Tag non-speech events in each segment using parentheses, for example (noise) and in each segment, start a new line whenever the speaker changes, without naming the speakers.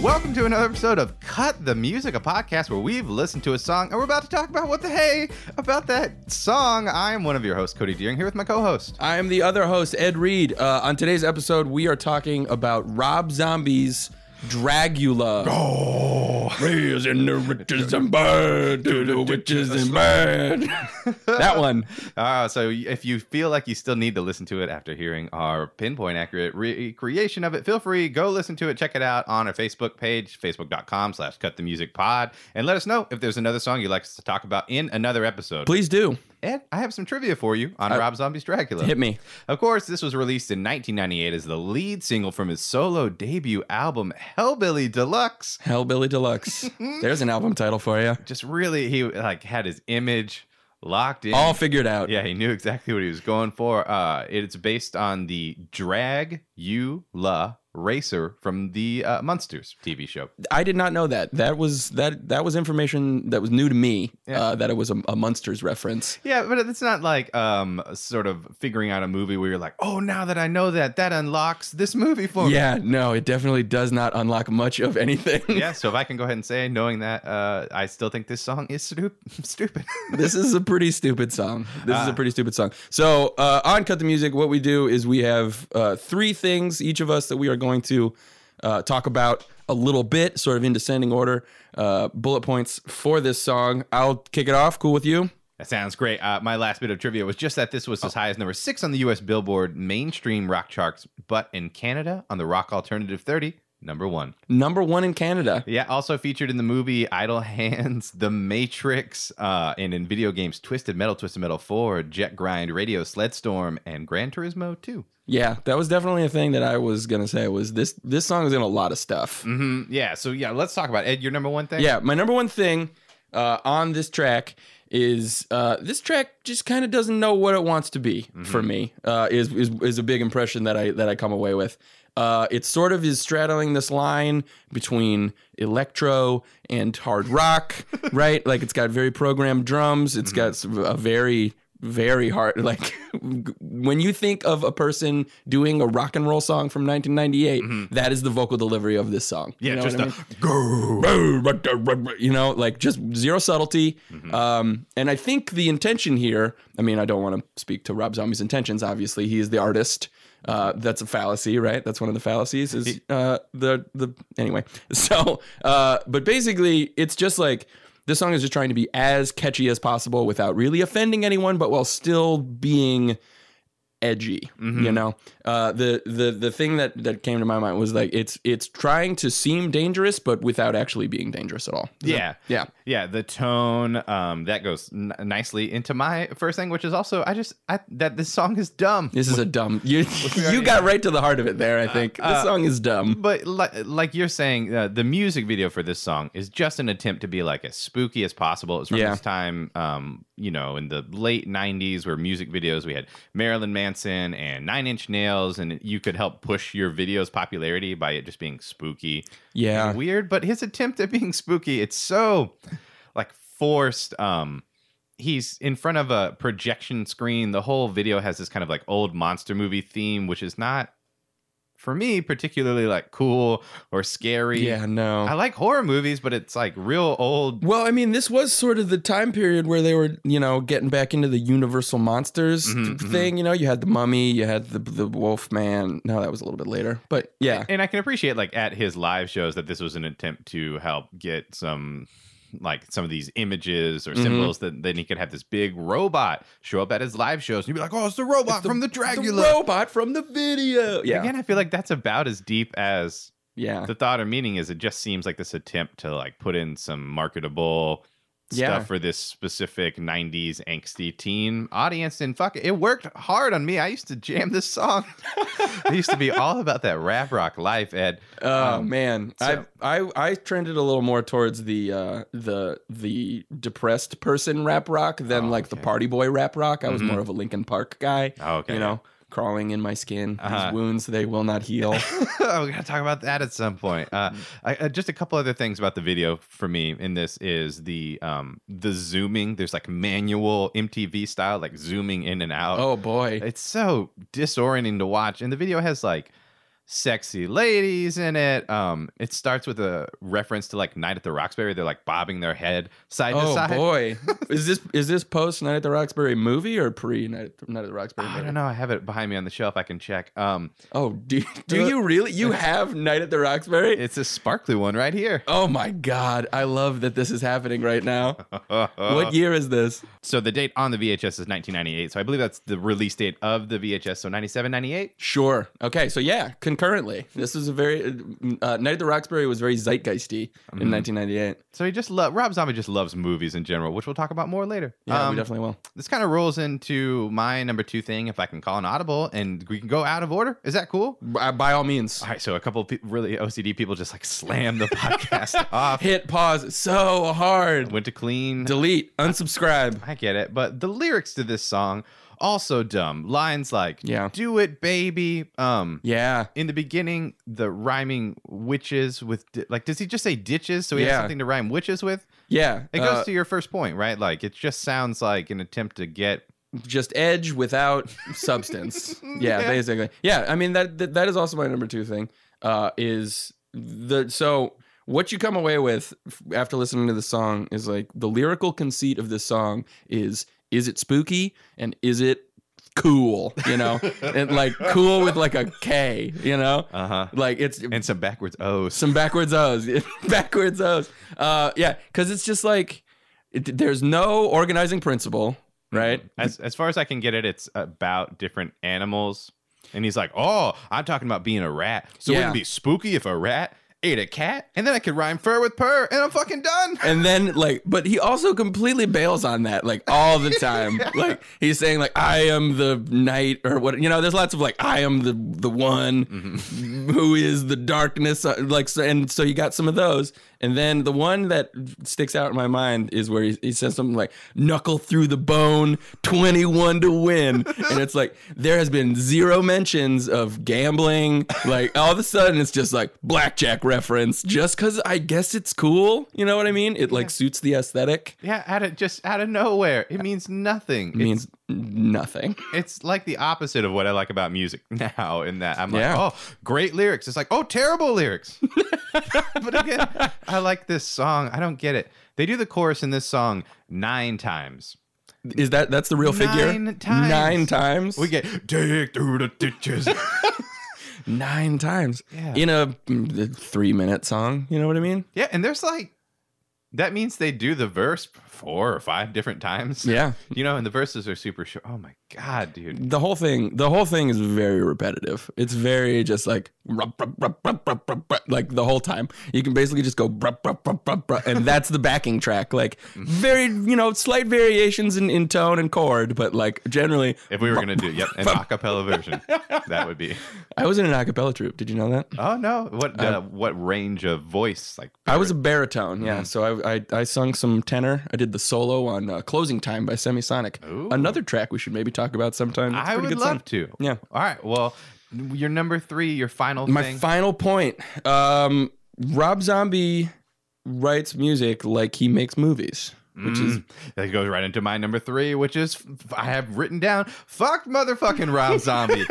Welcome to another episode of Cut the Music, a podcast where we've listened to a song and we're about to talk about what the hey about that song. I'm one of your hosts, Cody Deering, here with my co-host.
I am the other host, Ed Reed. Uh, on today's episode, we are talking about Rob Zombie's Dragula. Oh, raising the riches and bad to the witches
(laughs)
and bad. that one.
Uh, so if you feel like you still need to listen to it after hearing our pinpoint accurate recreation of it, feel free go listen to it, check it out on our Facebook page, facebook.com/slash Cut the Music Pod, and let us know if there's another song you'd like us to talk about in another episode.
Please do.
Ed, I have some trivia for you on Rob Zombie's Dracula.
Hit me.
Of course, this was released in 1998 as the lead single from his solo debut album Hellbilly Deluxe.
Hellbilly Deluxe. There's an album title for you.
Just really, he like had his image locked in.
All figured out.
yeah, he knew exactly what he was going for. Uh, it's based on the Drag You La Racer from the uh, Munsters TV show.
I did not know that. That was that that was information that was new to me.
Yeah.
Uh, that it was a, a Munsters reference.
Yeah, but it's not like um sort of figuring out a movie where you're like, oh, now that I know that, that unlocks this movie for me.
Yeah, no, it definitely does not unlock much of anything.
(laughs) yeah, so if I can go ahead and say, knowing that, uh, I still think this song is stup- (laughs) stupid.
this is a pretty stupid song. This is a pretty stupid song. So uh, on Cut the Music, what we do is we have uh, three things each of us that we are going to uh, talk about a little bit, sort of in descending order. Uh, bullet points for this song. I'll kick it off. Cool with you?
that sounds great. Uh, my last bit of trivia was just that this was as high as number six on the U.S. Billboard mainstream rock charts, but in Canada on the Rock Alternative 30, number one.
Number one in Canada.
Yeah, also featured in the movie Idle (laughs) Hands, The Matrix, uh, and in video games Twisted Metal, Twisted Metal 4, Jet Grind, Radio Sledstorm, and Gran Turismo 2.
Yeah, that was definitely a thing that I was gonna say was this. This song is in a lot of stuff.
Mm, yeah, so yeah, let's talk about it. Ed, your number one thing?
Yeah, my number one thing uh, on this track is uh, this track just kind of doesn't know what it wants to be for me. Uh, is, is is a big impression that I that I come away with. Uh, it sort of is straddling this line between electro and hard rock, right? Like it's got very programmed drums. It's got s- a very very hard (laughs) like when you think of a person doing a rock and roll song from 1998 that is the vocal delivery of this song
Yeah,
You know
just
what
a
I mean?
go.
(laughs) you know, like just zero subtlety. Um, and I think the intention here, I mean, I don't want to speak to Rob Zombie's intentions. Obviously, he is the artist. Uh, that's a fallacy, right? That's one of the fallacies. Is uh, the the anyway? (laughs) So, uh, but basically, it's just like this song is just trying to be as catchy as possible without really offending anyone, but while still being edgy you
Mm-hmm.
know uh the the the thing that that came to my mind was like it's it's trying to seem dangerous but without actually being dangerous at all Is that-
Yeah.
yeah
yeah the tone um that goes n- nicely into my first thing which is also i just i that this song is dumb
this is a dumb
(laughs)
you you got right to the heart of it there i
Uh,
think this song is dumb
but li- like you're saying uh, the music video for this song is just an attempt to be like as spooky as possible it's from
Yeah.
this time um you know in the late 90s where music videos we had marilyn manson and nine inch nails and you could help push your video's popularity by it just being spooky
yeah
weird, but his attempt at being spooky, it's so like forced. Um he's in front of a projection screen. The whole video has this kind of like old monster movie theme, which is not for me particularly like cool or scary.
yeah no
I like horror movies, but it's like real old
Well, I mean, this was sort of the time period where they were, you know, getting back into the Universal Monsters
Mhm, mhm.
thing. You know, you had the Mummy, you had the the Wolf Man. No, that was a little bit later, but yeah,
and I can appreciate like at his live shows that this was an attempt to help get some like some of these images or
Mhm.
symbols that then he could have this big robot show up at his live shows and you'd be like, Oh, it's the robot from the Dracula.
the robot from the video. Yeah,
Again, I feel like that's about as deep as
yeah.
the thought or meaning is. It just seems like this attempt to like put in some marketable
Yeah.
stuff for this specific '90s angsty teen audience, and fuck, it worked hard on me. I used to jam this song. (laughs) it used to be all about that rap rock life, Ed.
Oh
Um,
man,
so-
I, I I trended a little more towards the uh, the the depressed person rap rock than
Oh,
like the
okay.
party boy rap rock. I was
Mhm.
more of a Linkin Park guy.
Oh, okay,
you know, crawling in my skin.
Uh-huh.
These wounds they will not heal.
(laughs) We're gonna talk about that at some point. Uh, I, uh, just a couple other things about the video for me in this is the um the zooming. There's like manual MTV style, like zooming in and out. (laughs)
oh boy,
It's so disorienting to watch. And the video has like sexy ladies in it. Um, it starts with a reference to like Night at the Roxbury. They're like bobbing their head side to
Oh
side. (laughs)
boy, is this is this post Night at the Roxbury movie or pre Night at the, Night at the Roxbury?
I
movie?
don't know. I have it behind me on the shelf. I can check.
(laughs)
Um,
Oh, do, do
Uh,
you really? You have Night at the Roxbury?
it's a sparkly one right here. (laughs)
oh my God, I love that this is happening right now.
Uh,
what year is this?
So the date on the VHS is 1998. So I believe that's the release date of the VHS. So 97, 98.
Sure. Okay. So yeah, concurrently, this was a very uh, Night at the Roxbury was very zeitgeisty
Mm-hmm.
in 1998.
So he just loves Rob Zombie just loves movies in general, which we'll talk about more later.
Yeah,
Um,
we definitely will.
this kind of rolls into my number two thing. If I can call an audible and we can go out of order, is that cool?
By, by all means,
All right. So a couple of pe- really OCD people just like slam the (laughs)
(laughs)
podcast off.
hit pause so hard.
Went to clean.
Delete, unsubscribe.
I get it, but the lyrics to this song also dumb. Lines like
Yeah.
do it, baby." Um,
Yeah.
in the beginning, the rhyming witches with di- like, does he just say ditches? So he has
Yeah.
something to rhyme witches with.
Yeah.
It goes
Uh,
to your first point, right? Like, it just sounds like an attempt to get.
just edge without substance. yeah,
Yeah.
basically. Yeah, I mean that, that that is also my number two thing. Uh, is the so what you come away with f- after listening to the song is like the lyrical conceit of this song is is it spooky and is it cool? You know, and like cool with like a K. You know,
Uh huh.
like it's
And some backwards O's.
some backwards O's, (laughs) backwards O's. Uh, yeah, because it's just like it, there's no organizing principle, right?
As, as far as I can get it, it's about different animals. And he's like, oh, I'm talking about being a rat. So
Yeah.
wouldn't it be spooky if a rat ate a cat? And then I could rhyme fur with purr, and I'm fucking done.
And then like, but he also completely bails on that like all the time. Like he's saying like I am the knight or what you know. There's lots of like I am the the one who is the darkness. uh, Like so, and so you got some of those. And then the one that sticks out in my mind is where he, he says something like knuckle through the bone, twenty one to win. and it's like there has been zero mentions of gambling. Like all of a sudden it's just like blackjack reference just because I guess it's cool. You know what I mean? It like suits the aesthetic.
Yeah, out of just out of nowhere. It means nothing.
It means nothing.
it's like the opposite of what I like about music (laughs) now. In that I'm
Yeah.
like, oh, great lyrics. It's like, oh, terrible lyrics. (laughs) but again, I like this song. I don't get it. They do the chorus in this song nine times.
Is that that's the real figure?
Nine times.
Nine times.
We get dig through the ditches.
nine times
Yeah.
in a mm, three minute song. You know what I mean?
yeah, and there's like that means they do the verse four or five different times.
Yeah.
You know, and the verses are super short. Oh my god, dude.
The whole thing, the whole thing is very repetitive. It's very just like rup, rup, rup, rup, rup, rup, rup, like the whole time. You can basically just go brup, brup, brup, brup, brup, and that's the backing track. Like very, you know, slight variations in, in tone and chord, but like generally,
If we were gonna do yep,
(laughs)
an acapella version, that would be.
I was in an a cappella troupe. Did you know that?
Oh no, what
Um,
uh, what range of voice like
I was a baritone,
Mm-hmm.
yeah. So I, I I sung some tenor. I did the solo on uh, "Closing Time" by Semisonic.
Ooh.
Another track we should maybe talk about sometime. It's a
I
pretty
would
good
love
song.
to.
Yeah.
All right. Well, your number three, your final
My
thing.
final point. Um, Rob Zombie writes music like he makes movies, which is
that goes right into my number three, which is f- I have written down "fuck motherfucking (laughs) Rob Zombie"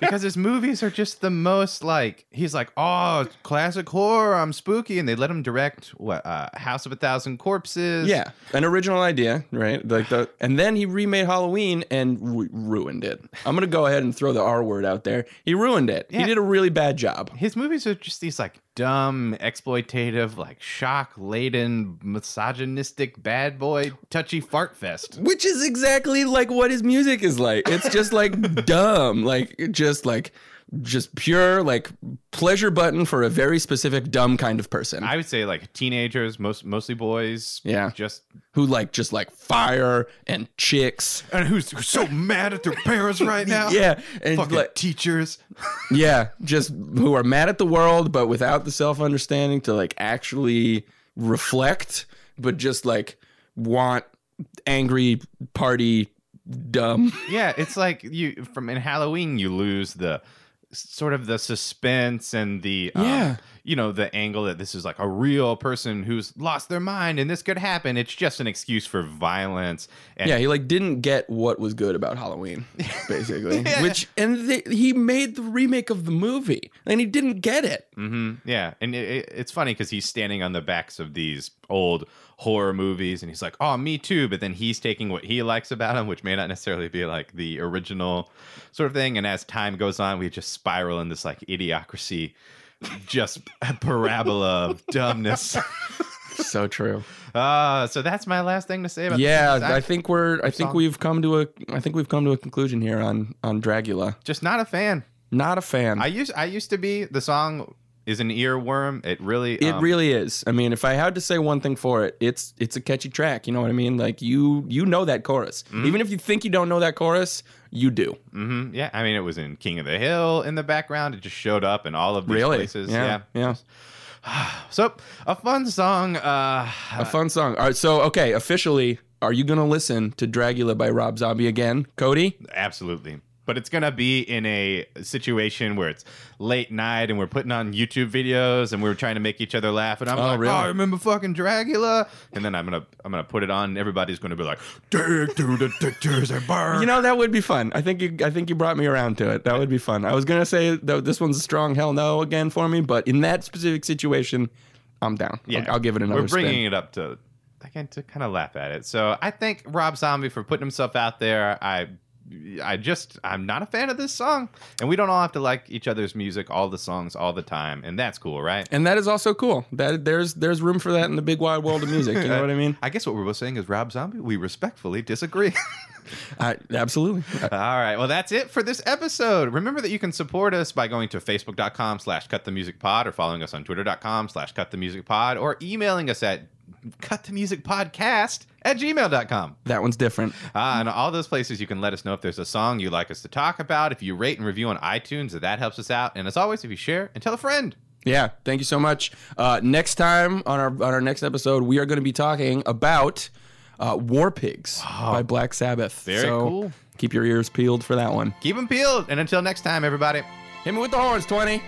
because his movies are just the most like he's like oh classic horror, I'm spooky, and they let him direct what uh, House of a Thousand Corpses.
yeah, an original idea, right? Like the and then he remade Halloween and ru- ruined it. I'm gonna go ahead and throw the R word out there. He ruined it. He
Yeah.
did a really bad job.
his movies are just these like dumb, exploitative, like shock laden, misogynistic, bad boy, touchy fart fest.
which is exactly like what his music is like it's just
(laughs)
like dumb like just like just pure like pleasure button for a very specific dumb kind of person
I would say like teenagers, most mostly boys.
Yeah.
just
who like just like fire and chicks
and who's, who's so mad at their parents (laughs) right now?
yeah and
fucking
like
teachers.
yeah just who are mad at the world but without the self understanding to like actually reflect but just like want angry party dumb
yeah, it's like you from in Halloween you lose the sort of the suspense and the um,
Yeah.
you know, the angle that this is like a real person who's lost their mind and this could happen. It's just an excuse for violence. And
yeah, he like didn't get what was good about Halloween, basically.
Yeah.
Which and they, he made the remake of the movie, and he didn't get it.
hmm Yeah, and it, it, it's funny because he's standing on the backs of these old horror movies, and he's like, "Oh, me too." But then he's taking what he likes about them, which may not necessarily be like the original sort of thing. And as time goes on, we just spiral in this like idiocracy, just a parabola
(laughs)
of dumbness.
So true.
Uh, so that's my last thing to say about.
yeah,
this.
I think we're. I think
song.
we've come to a. I think we've come to a conclusion here on on Dracula.
just not a fan.
Not a fan.
I used I used to be. The song is an earworm. It really
it
um,
really is. I mean, if I had to say one thing for it, it's it's a catchy track. You know what I mean? Like you you know that chorus,
Mm-hmm.
even if you think you don't know that chorus, you do.
hmm Yeah, I mean, it was in King of the Hill in the background. It just showed up in all of these
Really?
places.
Yeah, yeah.
So a fun song. Uh,
A fun song. All right, so okay, officially, are you gonna listen to Dracula by Rob Zombie again, Cody?
absolutely. But it's gonna be in a situation where it's late night and we're putting on YouTube videos and we're trying to make each other laugh. And I'm
Oh,
like,
really?
oh, I remember fucking Dracula. And then I'm gonna I'm gonna put it on. And everybody's gonna be like, dig through the pictures and burn.
You know that would be fun. I think you, I think you brought me around to it. That would be fun. I was gonna say though this one's a strong hell no again for me, but in that specific situation, I'm down. I'll- I'll, give it another
We're bringing
spin.
it up to again to kind of laugh at it. So I thank Rob Zombie for putting himself out there. I I just I'm not a fan of this song, and we don't all have to like each other's music, all the songs, all the time, and that's cool, right?
And that is also cool. That there's there's room for that in the big wide world of music. You know what (laughs) I mean?
I guess what we're both saying is Rob Zombie, we respectfully disagree. (laughs)
I, absolutely.
All right. Well, that's it for this episode. Remember that you can support us by going to facebook.com slash cut the music pod or following us on twitter.com slash cut the music pod or emailing us at cut the music podcast at gmail.com.
That one's different.
Uh, and all those places you can let us know if there's a song you'd like us to talk about. If you rate and review on iTunes, that helps us out. And as always, if you share and tell a friend.
Yeah, thank you so much. Uh, next time on our on our next episode, we are going to be talking about uh, War Pigs by Black Sabbath.
Very
so
cool.
Keep your ears peeled for that one.
Keep them peeled. And until next time, everybody.
Hit me with the horns, twenty.